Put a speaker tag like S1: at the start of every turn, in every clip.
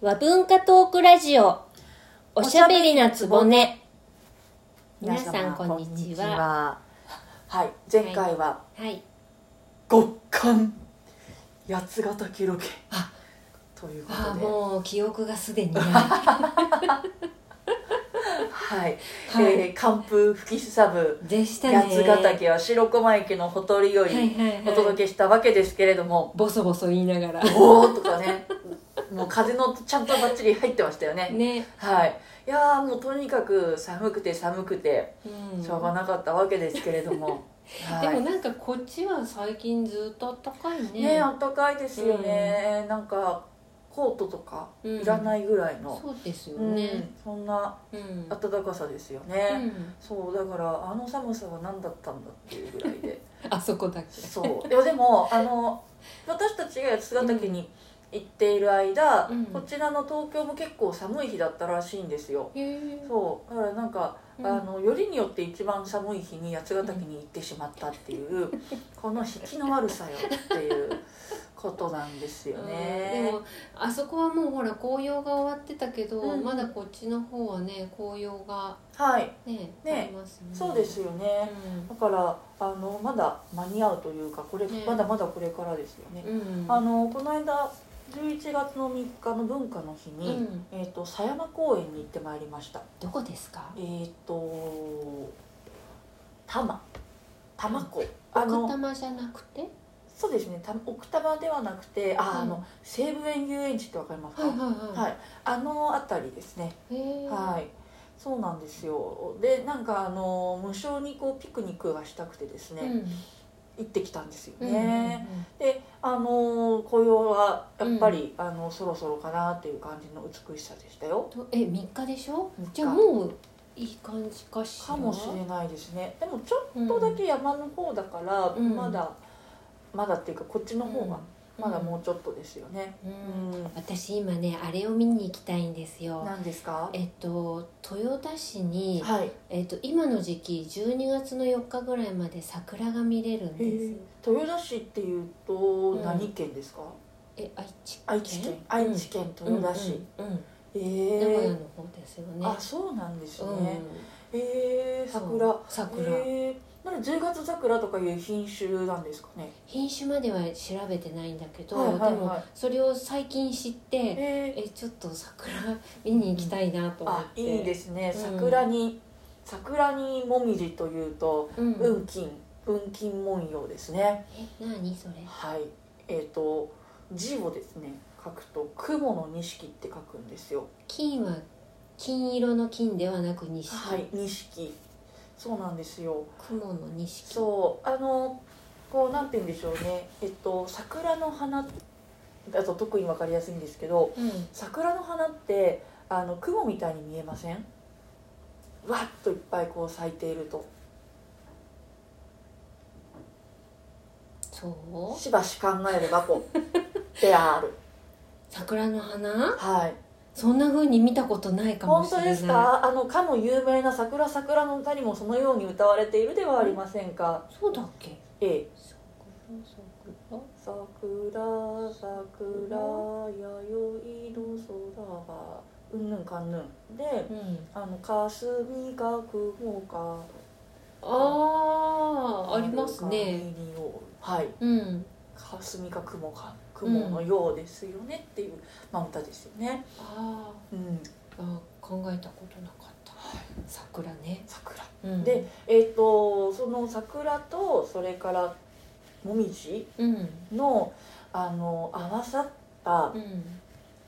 S1: 和文化トークラジオおしゃべりなつぼね皆さんこんにちは
S2: は。はい、前回は
S1: はい
S2: 極寒八ヶ岳ロケというこ
S1: あー
S2: とで、
S1: もう記憶がすでにない
S2: はい、
S1: はい
S2: えー寒風吹きすさぶ
S1: でしたね
S2: 八ヶ岳は白駒池のほとりよ
S1: はいいはい
S2: お
S1: は
S2: 届
S1: い
S2: けしたわけですけれども、
S1: ボソボソ言いながら
S2: おーとかね、 もう風の音ちゃんとバッチリ入ってましたよね。
S1: ね
S2: はい、いやーもうとにかく寒くて寒くて
S1: うん
S2: しょうがなかったわけですけれども、
S1: で
S2: は
S1: も
S2: い。
S1: なんかこっちは最近ずっと暖かい
S2: ね
S1: ね
S2: あったかいですよね、なんかコートとか
S1: うん
S2: いらないぐらいの、
S1: そうですよ
S2: うん
S1: ね
S2: そんな
S1: うん
S2: 暖かさですよね、
S1: うん
S2: そうだからあの寒さは何だったんだっていうぐらい で
S1: あそこだけ
S2: そういやでもあの私たちが八ヶ岳に行っている間、
S1: うん
S2: こちらの東京も結構寒い日だったらしいんですよ、
S1: へえ
S2: そうだからなんか、
S1: うん
S2: あのよりによって一番寒い日に八ヶ岳に行ってしまったっていう、 この引きの悪さよっていうことなんですよ
S1: うんで
S2: ね
S1: もあそこはもうほら紅葉が終わってたけど、
S2: うん
S1: まだこっちの方はね紅葉が
S2: はい
S1: ね
S2: ね
S1: ありますね
S2: そうですよね、だからあのまだ間に合うというかこれ、
S1: ね
S2: まだまだこれからですよね
S1: う、ん、うん、
S2: あのこの間11月の3日の文化の日
S1: う
S2: に、
S1: ん、
S2: えっと狭山公園に行ってまいりました
S1: どこですか
S2: えっ、と多摩多摩湖あ
S1: 奥多
S2: の
S1: 摩じゃなくて
S2: そうですねた奥多摩ではなくてあ、
S1: うん
S2: あの西武園遊園地ってわかりますか、
S1: はいはい
S2: は
S1: はい
S2: あの辺りですね
S1: いへえ
S2: はい、そうなんですよでなんかあの無償にこうピクニックがしたくてですね、
S1: うん
S2: 行ってきたんですよ
S1: うん
S2: ね、であのー紅葉はやっぱり、あのそろそろかなっていう感じの美しさでしたよ
S1: うんうんとえ三日でしょ
S2: 三日
S1: じゃあもういい感じかしら
S2: かもしれないですねでもちょっとだけ山の方だから、
S1: うん
S2: まだまだっていうかこっちの方がまだもうちょっとですよね
S1: うん、
S2: うん、
S1: 私今ねあれを見に行きたいんですよ
S2: 何ですか
S1: えっと豊田市に、
S2: はい
S1: えっと、今の時期12月の4日ぐらいまで桜が見れるん
S2: へ
S1: です
S2: え豊田市っていうと
S1: ん
S2: 何県ですか、
S1: え愛知県
S2: 愛知県愛知県
S1: うん
S2: 豊田市、
S1: うんうん
S2: え
S1: 名
S2: え
S1: 古屋の方ですよね
S2: あそうなんですね、
S1: うん
S2: ええ
S1: そ
S2: 桜
S1: う桜、
S2: へえなんで10月桜とかいう品種なんですかね
S1: 品種までは調べてないんだけど、
S2: はいはいはい
S1: でもそれを最近知って
S2: え
S1: えちょっと桜見に行きたいなと思っ
S2: あ
S1: て、
S2: いいですね
S1: うん
S2: 桜に、桜にもみじというと
S1: うん、
S2: 雲金雲金文様ですね
S1: え何それ
S2: はいえっ、と字をですね書くと「雲の錦」って書くんですよ
S1: 金は金色の金ではなく錦、
S2: はい錦そうなんですよ
S1: 雲の錦
S2: そうあのこうなんて言うんでしょうねえっと桜の花だと特に分かりやすいんですけど
S1: うん、
S2: 桜の花ってあの雲みたいに見えませんわっといっぱいこう咲いていると
S1: そう
S2: しばし考えればこ うである
S1: 桜の花
S2: はい
S1: そんな風に見たことないかも
S2: 本
S1: しれ
S2: 当
S1: ない
S2: ですかあのかの有名な「桜桜の歌」にもそのように歌われているではありませんか、
S1: そうだっけ
S2: ええ
S1: 桜桜
S2: 「桜桜弥生の空はうんぬんかんぬん」で
S1: うん
S2: 「あの霞が雲か」
S1: ああありますね
S2: はい
S1: うん
S2: 霞が雲か雲のようですよねっていう、まあ、歌ですよね、
S1: あー
S2: うん、
S1: あー考えたことなかった桜ね、
S2: 桜
S1: うん、
S2: でえっ、とその桜とそれからもみじ
S1: うん
S2: のあの合わさった
S1: うん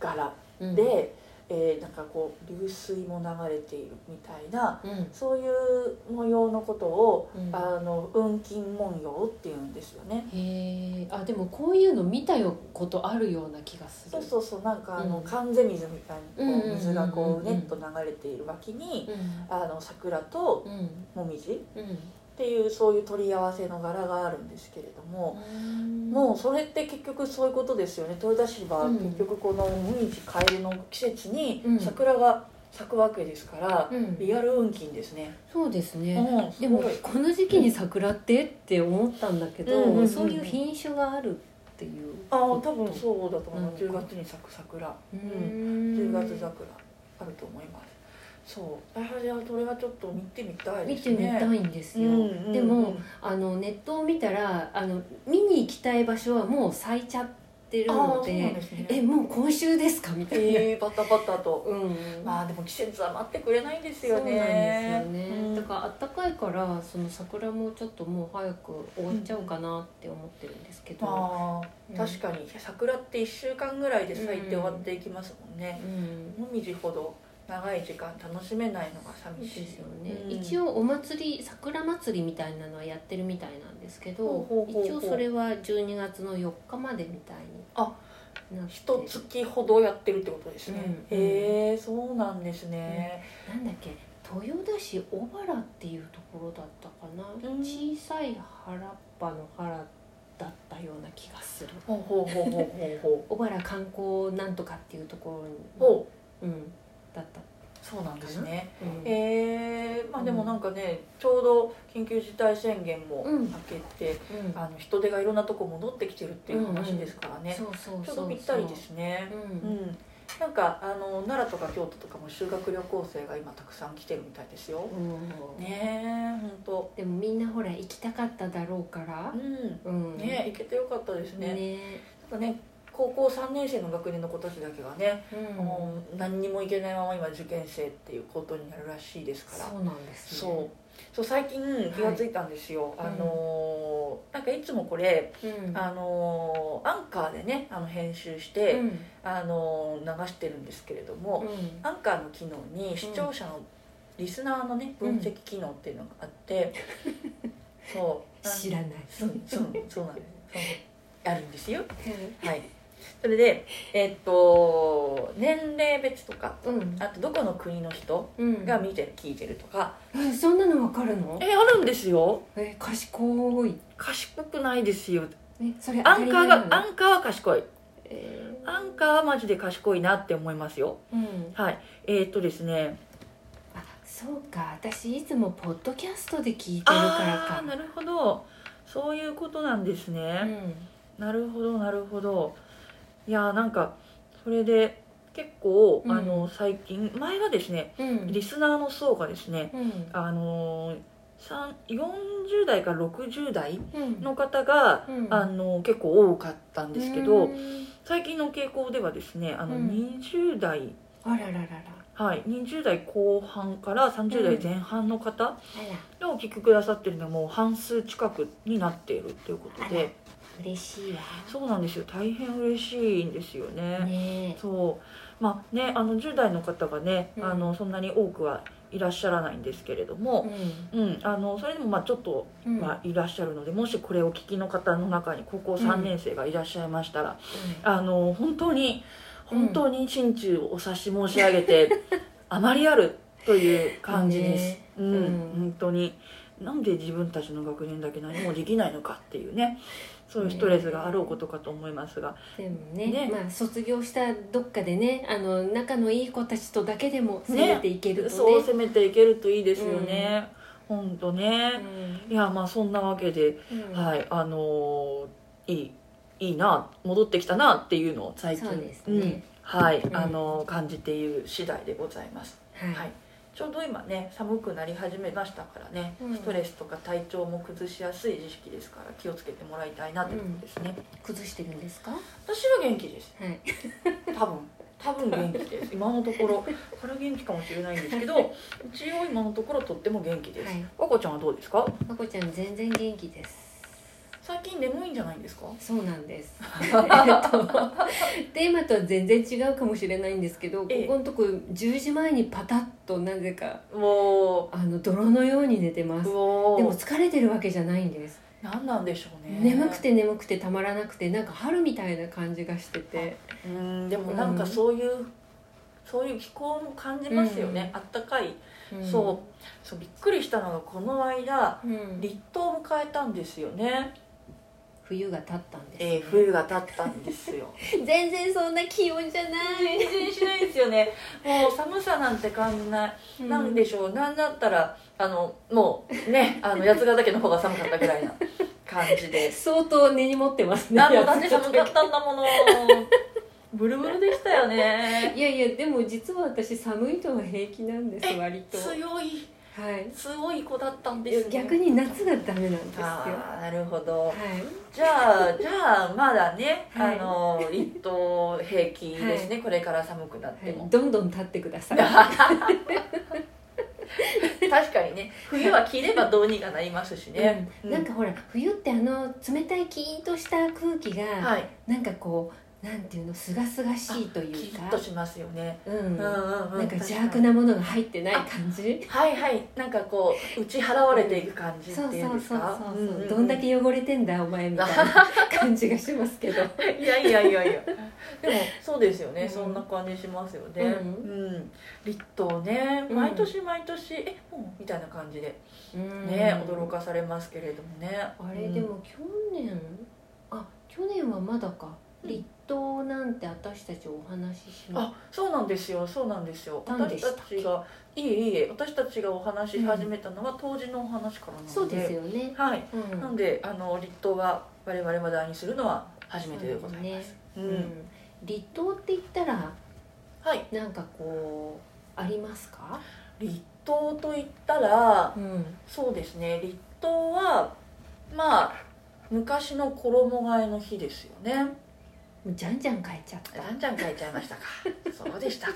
S2: 柄
S1: うん
S2: で、えーなんかこう流水も流れているみたいな
S1: うん
S2: そういう模様のことを、
S1: うん
S2: あの雲金文様っていうんですよね。
S1: へえあでもこういうの見たよことあるような気がする
S2: そうそうそうなんかあの、
S1: うん
S2: 関税水みたいにこ
S1: うんうんうんうんう
S2: うん水がこうねっと流れている脇に、
S1: うん
S2: あの桜と
S1: うん
S2: もみじっ
S1: うん
S2: ていうそういう取り合わせの柄があるんですけれども、
S1: うん
S2: もうそれって結局そういうことですよね豊田市は
S1: うん
S2: 結局このもみじカエルの季節に
S1: うん
S2: 桜が咲くわけですから、
S1: うん
S2: リアル運金ですね、
S1: そうです
S2: う
S1: ね
S2: ん、
S1: でも
S2: すごい
S1: この時期に桜ってって思ったんだけど、
S2: うんうんうんうん
S1: そういう品種があるっっていう
S2: ああ多分そうだと思う、
S1: うん
S2: 10月に咲く桜
S1: う
S3: うんん
S2: 10月桜あると思いますそうあじゃあそれはちょっと見てみたい
S1: 見
S2: です
S1: て
S2: ね
S1: みたいんですよ、
S2: うんうんうん
S1: でもあのネットを見たらあの見に行きたい場所はもう咲いちゃってる
S2: ああ
S1: の
S2: そうなん
S1: で
S2: ですね
S1: えもう今週ですかみたいな、
S2: えー、バタバタと
S1: うん
S2: まあでも季節は待ってくれないんです
S1: そう
S2: よ
S1: なんですよ
S2: ね
S1: ね、だから暖かいからその桜もちょっともう早く終わっちゃうかなって思ってるんですけど、
S2: まあ、
S1: うん
S2: 確かに桜って1週間ぐらいで咲いて終わっていきますもんね、
S1: うん
S2: もみじほど長い時間楽しめないのが
S1: そう
S2: 寂
S1: で
S2: しい
S1: すよね、
S2: うん
S1: 一応お祭り桜祭りみたいなのはやってるみたいなんですけど
S2: ほうほうほうほう
S1: 一応それは12月の4日までみたいに
S2: あ
S1: なって
S2: 一月ほどやってるってことですね、
S1: うん
S2: へえそうなんですね、
S1: なんだっけ豊田市小原っていうところだったかな、
S2: うん
S1: 小さい原っぱの原だったような気がする
S2: ほうほうほうほうほうほ
S1: 小原観光なんとかっていうところに
S2: うほう
S1: うん、だった、
S2: そうなんですね
S1: うん
S2: へえまあでもなんかねちょうど緊急事態宣言も
S1: うん
S2: 明けて、
S1: うん
S2: あの人手がいろんなとこ戻ってきてるっていう話ですからね、
S1: そうそうそう
S2: ちょうどぴったりですね
S1: う、
S2: うんんなんかあの奈良とか京都とかも修学旅行生が今たくさん来てるみたいですよ
S1: うん
S2: ねえ本当
S1: でもみんなほら行きたかっただろうから
S2: う、
S1: う
S2: ん
S1: ん、
S2: ね行けてよかったですね
S1: ね
S2: なんかね高校3年生の学年の子たちだけがね、
S1: うん
S2: もう何にもいけないまま今受験生っていうことになるらしいですから
S1: そうなんです
S2: そう,、
S1: ね
S2: そう最近気がついたんですよ、
S1: はい
S2: あのーなんかいつもこれ、
S1: そう、うん、
S2: あのーアンカーでねあの編集して、
S1: うん
S2: あのー流してるんですけれども、
S1: うん
S2: アンカーの機能に視聴者の、リスナーのね分析機能っていうのがあ って、そう
S1: 知らない、
S2: そうそうそうなんですそうあるんですよ はい、それで、えっと年齢別とか
S1: うん
S2: あとどこの国の人
S1: うん
S2: が見てる聞いてるとか
S1: えそんなのわかるの
S2: えあるんですよ
S1: え賢い
S2: 賢くないですよ
S1: えそれ
S2: アンカーが
S1: 当た
S2: アンカーは賢い
S1: り前なの
S2: アンカーはマジで賢いなって思いますよ
S1: えーうん
S2: はいえっとですね
S1: あそうか私いつもポッドキャストで聞いてるから
S2: あ
S1: か
S2: あなるほどそういうことなんです
S1: う
S2: ね、
S1: ん
S2: なるほどなるほどいやーなんかそれで結構、
S1: うん
S2: あの最近前はですね
S1: うん
S2: リスナーの層がですね、
S1: うん
S2: あのー、さん40代から60代
S1: うん
S2: の方が、
S1: うん
S2: あのー結構多かったんですけど、
S1: うん
S2: 最近の傾向ではですねあの
S1: うん
S2: 20代、
S1: あららららあ
S2: はい、20代後半から30代前半の方
S1: ら
S2: がお聞きくださってるのはもう半数近くになっているということ
S1: あら
S2: で
S1: 嬉しいわ
S2: そうなんですよ大変嬉しいんですよね。
S1: ね
S2: そうまあね、あの10代の方がね、
S1: うん
S2: あのそんなに多くはいらっしゃらないんですけれども、うん、あのそれでもまあちょっと
S1: うんうん
S2: まあ、いらっしゃるのでもしこれをお聞きの方の中に高校3年生がいらっしゃいましたら、あの本当に
S1: うん
S2: 本当に心中お察し申し上 げて、あまりあるという感じです、
S1: ね
S2: うん、
S1: うん
S2: 本当になんで自分たちの学年だけ何もできないのかっていうねそういうストレスがあろうことかと思いますが、
S1: でもね
S2: ね
S1: まあ卒業したどっかでねあの仲のいい子たちとだけでも攻めていけると
S2: そう
S1: ね
S2: 攻めていけるといいですよね、本当
S1: う
S2: ね、
S1: ん
S2: いやまあそんなわけで
S1: うん
S2: はい、あのーいいいいな戻ってきたなっていうのを最近
S1: そうですね
S2: んはい、
S1: うん
S2: あのー感じている次第でございます、は
S1: はい
S2: い、ちょうど今ね寒くなり始めましたからね、
S1: うん
S2: ストレスとか体調も崩しやすい時期ですから気をつけてもらいたいなってことですね、
S1: 崩してるんですかは
S2: 私は元気です
S1: い
S2: 多分多分元気です今のところこれは元気かもしれないんですけ ど一応今のところとっても元気です、
S1: はい
S2: 和子ちゃんはどうですか
S1: まこちゃん全然元気です
S2: 最近眠いんじゃないんですか
S1: そうなん ですえっとテーマとは全然違うかもしれないんですけどこ
S2: ええ
S1: このとこ10時前にパタッとなぜか
S2: も
S1: あの泥のように寝てま
S2: う
S1: す
S2: う
S1: で
S2: おー
S1: も疲れてるわけじゃないんです
S2: 何なんでしょうね
S1: 眠くて眠くてたまらなくてなんか春みたいな感じがしてて
S2: うんでもなんかそういう、そういう気候も感じますよね、あったかい、そうそうびっくりしたのがこの間
S1: うん、うん
S2: 立冬を迎えたんですよね、
S1: 冬が経ったんですね、
S2: えー冬が経ったんです よ
S1: 全然そんな気温じゃない
S2: 全然しないですよねもう寒さなんて感じない、なんでしょうなんだったらあのもうねあの八ヶ岳の方が寒かったぐらいな感じで
S1: 相当根に持ってますね
S2: なんだ舘様極端なものブルブルでしたよね
S1: いやいやでも実は私寒いのは平気なんです割と
S2: 強い
S1: はい
S2: 強い子だったんです、ね、
S1: 逆に夏がダメなんですよは
S2: ああなるほど
S1: い
S2: じゃあじゃあまだね、
S1: はい
S2: あの立冬平気ですね、これから寒くなって
S1: はい
S2: も、
S1: どんどん立ってください
S2: 確かにね冬は着ればどうにかなりますし ね、
S1: うんなんかほら冬ってあの冷たいキーンとした空気が、
S2: はい
S1: なんかこうなんていうのすがすがしいと
S2: キ
S1: いう
S2: リッ
S1: か
S2: としますよね、
S1: うん、
S2: うんうんうん、
S1: なんか邪
S2: 確
S1: 悪
S2: に
S1: なものが入ってない感じ
S2: はいはいなんかこう打ち払われていく感じって
S1: そうそう
S2: いう
S1: そう
S2: んです
S1: そう
S2: か
S1: そう、
S2: うんうんうん
S1: どんだけ汚れてんだお前み たいな感じがしますけど
S2: いやいやいやいやでもそうですよね、
S1: うん
S2: そんな感じしますよね
S1: う
S2: うん、立冬ね
S1: うん
S2: 毎年毎年、えもうみたいな感じでね、驚かされますけれどもね
S1: あれで、も去年、あ去年はまだか
S2: うん
S1: 立冬なんて私たちお話しし
S2: うん
S1: ま
S2: あそうなんですよそうなんですよ
S1: 何で
S2: 私
S1: した
S2: た
S1: っけ
S2: ちがいえいえ私たちがお話し始めたのは、当時のお話からなの
S1: すそ
S2: で
S1: うです
S2: よ
S1: よね、
S2: はい
S1: うん、
S2: なんであの立冬は我々話題にするのは初めてでございます
S1: ね、
S2: う、
S1: うんん、立冬って言ったら
S2: はい
S1: なんかこうありますか、
S2: 立冬と言ったら
S1: うん、
S2: そうですね立冬はまあ昔の衣替えの日ですよ ね
S1: じゃんじゃん変えちゃった
S2: じゃんじゃん変えちゃいましたかそう でしたか、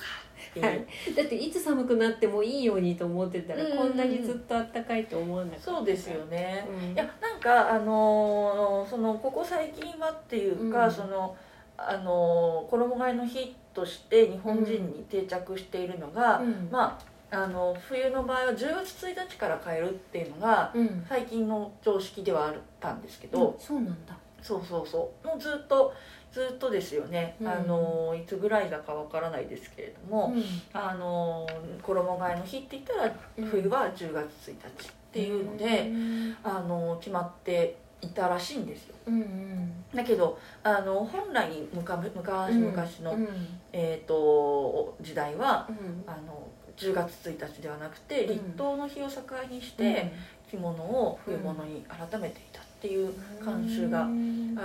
S2: えー
S1: はいだっていつ寒くなってもいいようにと思ってたら、
S2: うん
S1: こんなにずっとあったかいと思わなかった
S2: そうですよ、ね
S1: うん、
S2: いやなんかあのーそのここ最近はっていうか、
S1: うん
S2: そのあのー衣替えの日として日本人に定着しているのが、
S1: うん
S2: まああの冬の場合は10月1日から変えるっていうのが
S1: うん、
S2: 最近の常識ではあったんですけど、
S1: うんそうなんだ
S2: そうそうそうもうずっとずっとですよね、
S1: うん
S2: あのいつぐらいだかわからないですけれども、
S1: う
S2: あの衣替えの日って言ったら
S1: ん
S2: 冬は10月1日っていうので、
S1: うん
S2: あの決まっていたらしいんですよ
S1: うんうん
S2: だけどあの本来むか昔昔の、
S1: うん
S2: えー、と時代は
S1: うん
S2: あの10月1日ではなくて
S1: うん
S2: 立冬の日を境にして、着物を冬物に改めていたっていう慣習があ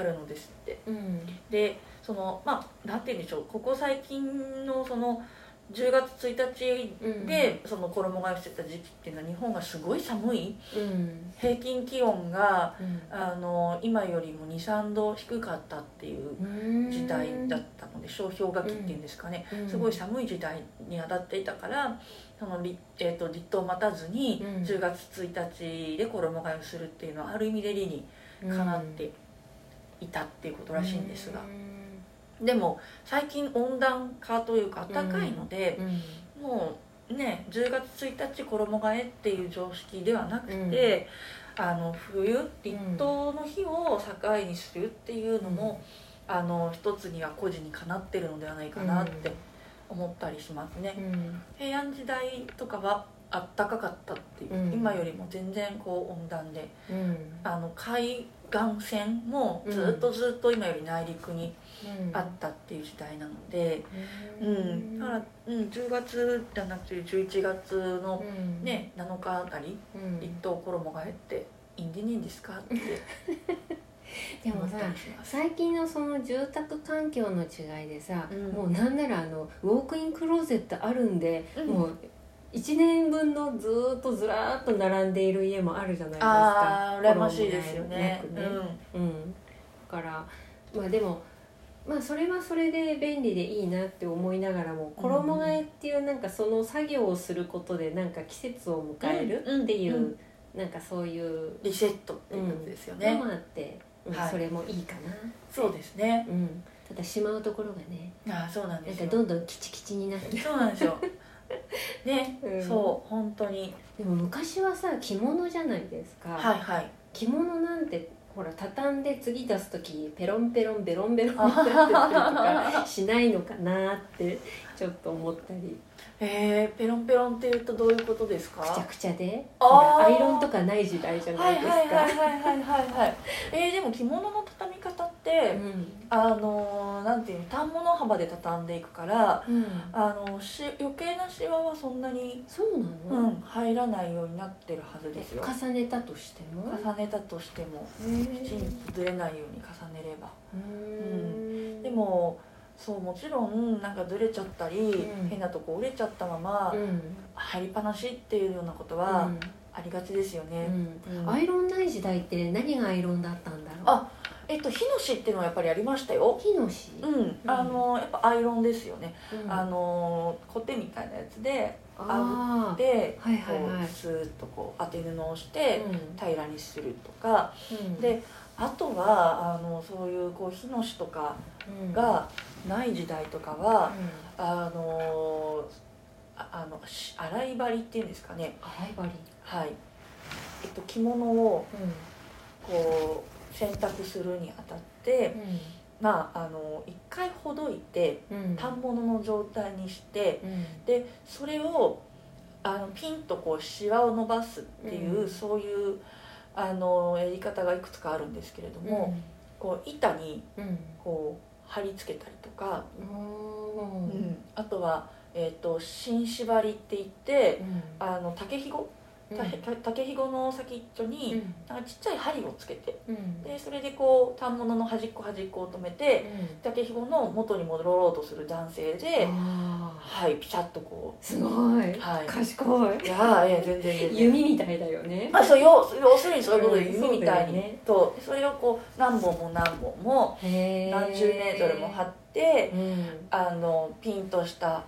S2: るのですって。
S1: うん
S2: でそのまあなんて言うんでしょうここ最近のその10月1
S1: うん
S2: 日でその衣替えをしてた時期っていうのは日本がすごい寒い
S1: うん
S2: 平均気温が
S1: う
S2: あの今よりも23度低かったっていうん時代だったので小氷河期っていうんですかね
S1: うん
S2: すごい寒い時代に当たっていたからその立,、えー、と立冬を待たずに
S1: うん
S2: 10月1日で衣替えをするっていうのはある意味で理にかなっていたっていうことらしいんですが
S1: う。
S2: でも最近温暖化というか暖かいので、
S1: ん
S2: もうね10月1日衣替えっていう常識ではなくて、あの冬立冬の日を境にするっていうのも、あの一つには個人にかなってるのではないかなって思ったりしますね。
S1: うん
S2: 平安時代とかはあったかかったっていう、
S1: うん
S2: 今よりも全然こう温暖で
S1: うん
S2: あの海岸線もずっとずっと今より内陸にあったっていう時代なので、
S1: う
S2: うんん、だから、うん、10月じゃなくて11月の
S1: うん
S2: ね7日あたり
S1: うん
S2: 一等衣替えっていいんでねえんですかって
S1: で
S2: 思
S1: も
S2: っ
S1: さ
S2: たりし ます。
S1: 最近のその住宅環境の違いでさ、
S2: うん
S1: もうなんならあのウォークインクローゼットあるんで、
S2: うん
S1: もう1年分のずーっとずらーっと並んでいる家もあるじゃないですか
S2: ああー羨ましいですよね。
S1: 衣もないなくねうん、だからまあでもまあそれはそれで便利でいいなって思いながらも衣替えっていうなんかその作業をすることでなんか季節を迎えるっていう、
S2: うんうん
S1: なんかそういう
S2: うん、リセットっていうことですよね。
S1: のもあって、うん
S2: はい
S1: それもいいかな、
S2: そうですね。
S1: うん、ただしまうところがね
S2: ああそうなん
S1: な
S2: で
S1: ん
S2: す
S1: か
S2: よ。
S1: どんどんキチキチになって
S2: そうなんです よ。ね、
S1: うん
S2: そう本当に
S1: でも昔はさ着物じゃないですか、
S2: はいはい。
S1: 着物なんてほら畳んで次出す時ペロンペロンベロンベロンに
S2: あ
S1: なってたりとか
S2: はは
S1: しないのかなってちょっと思ったり
S2: えー、ペロンペロンって言うとどういうことですか？
S1: くちゃくちゃで
S2: あー
S1: ほらアイロンとかない時代じゃな
S2: はい
S1: で
S2: い
S1: す
S2: はいはい
S1: か
S2: はいはいはいはい。えー、でも着物の畳み方っって、あのなんていうの反物幅で畳んでいくからあのし余計なシワはそんなに、
S1: そう
S2: う
S1: なの、
S2: ん、入らないようになってるはずですよ
S1: 重ねたとしても
S2: 重ねたとしてもきちんとずれないように重ねれば
S1: うん
S2: でもそうもちろんなんかずれちゃったり、
S1: うん
S2: 変なとこ折れちゃったまま、
S1: うん
S2: 入りっぱなしっていうようなことはありがちですよ
S1: う
S2: ね、
S1: ん
S2: うん
S1: アイロンない時代って何がアイロンだったんだろう
S2: あえっと火の死っていうのはやっぱりありましたよ
S1: 火の死、
S2: うん、あのやっぱアイロンですよね、
S1: うん
S2: あのコテみたいなやつで
S1: あー
S2: で、
S1: はいはいはい
S2: こうスーッとこう当て布をして
S1: う、
S2: 平らにするとか
S1: ん
S2: であとはあのそういうこう火の死とか
S1: うん
S2: がない時代とかは、
S1: うん
S2: あのああのし洗い針っていうんですかね
S1: 洗い針
S2: はい、えっと、着物をこう洗濯するにあたって、まああの一回ほどいて
S1: うんうん
S2: 反物の状態にして
S1: うん
S2: でそれをあのピンとこうシワを伸ばすっていう、
S1: うん
S2: そういうあのやり方がいくつかあるんですけれども、こう板に
S1: うんうん
S2: こう貼り付けたりとか、
S1: おー
S2: うんあとは、えっと新縛りって言って
S1: うん
S2: あの竹ひご
S1: うん
S2: た竹ひごの先っちょに、
S1: うん
S2: なんかちっちゃい針をつけて
S1: うん
S2: でそれでこう反物の端っこ端っこを止めて
S1: うん
S2: 竹ひごの元に戻ろうとする男性で、
S1: あー
S2: はいピシャッとこ
S1: すごいう
S2: はい
S1: 賢い
S2: いやーいや全然全然
S1: 弓みたいだよね
S2: まあそう要要するにそういうことで
S1: うん
S2: 弓み
S1: そうだよ
S2: たいに、
S1: ね
S2: とそれをこう何本も何本も何
S1: 何
S2: 十メートルも張って
S1: うん
S2: あのピンとした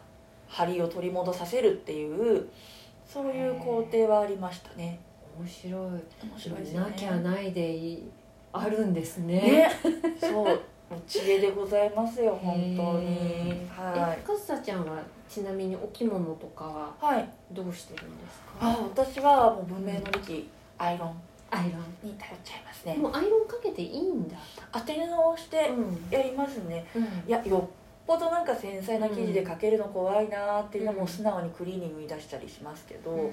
S2: 針を取り戻させるっていうそういう工程はありましたね
S1: 面白い
S2: 面白いですよ
S1: な
S2: ね
S1: きゃないでいいあるんですね
S2: ね、そう、お知恵でございますよ、本当に
S1: へ。ー
S2: は。
S1: えかずさちゃんはちなみにお着物とかはい
S2: はい。
S1: どうしてるんです
S2: あ
S1: か、
S2: 私はもう文明の利器、アイロン
S1: アイ
S2: に頼っちゃいます
S1: ロン
S2: ね。
S1: もうアイロンかけていいんだ
S2: 当て布をして
S1: うん
S2: やりますね。
S1: うん
S2: いや、よっぽどなんか繊細な生地でかけるの怖いなーっていうのはもう素直にクリーニングに出したりしますけど。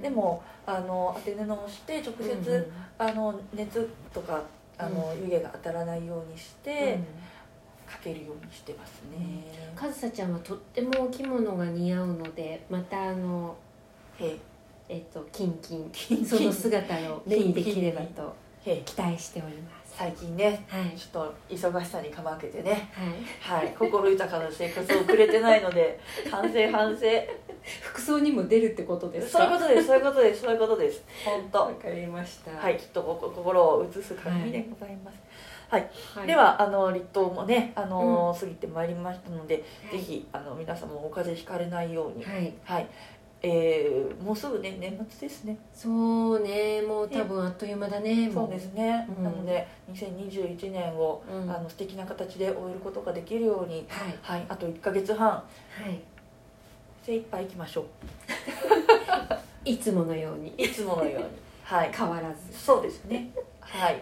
S2: でも、あの、当て布をして直
S1: うんうん
S2: 接、あの、熱とか。あの湯気が当たらないようにして、かけるようにしてますね。
S1: かずさちゃんはとってもお着物が似合うのでまたあの
S2: へい
S1: えっとキンキン
S2: ン
S1: その姿を目にできればと
S2: へい
S1: 期待しております
S2: 最近ね
S1: はい
S2: ちょっと忙しさにかまけて ね、
S1: はい
S2: はい、心豊かな生活を送れてない ので反省反省
S1: 服装にも出るってことですか
S2: そういうことですそういうことですそういうことです本
S1: わ
S2: 当
S1: かりました
S2: はいきっとここ心を移す感じでございます、
S1: はい
S2: ではあの立冬もねあの、過ぎてまいりましたので、
S1: はい
S2: ぜひあの皆様もお風邪ひかれないようにはい、
S1: はい
S2: えーもうすぐね年末ですね
S1: そうねもう多分あっという間だねも
S2: そうですね、
S1: うん
S2: なので2021年を、
S1: うん
S2: あの素敵な形で終えることができるように
S1: はい
S2: はいあと1か月半
S1: は
S2: 精一杯いきましょう
S1: いいつものように
S2: いつものよ うに。はい。
S1: 変わらず、
S2: そうですね。はい。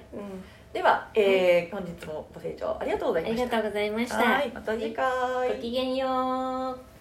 S2: では、えー、本日もご清聴ありがとうござ
S3: あ
S2: いま
S3: り
S2: した。
S3: がとうございました
S2: はい。また次回。
S3: ごきげんよう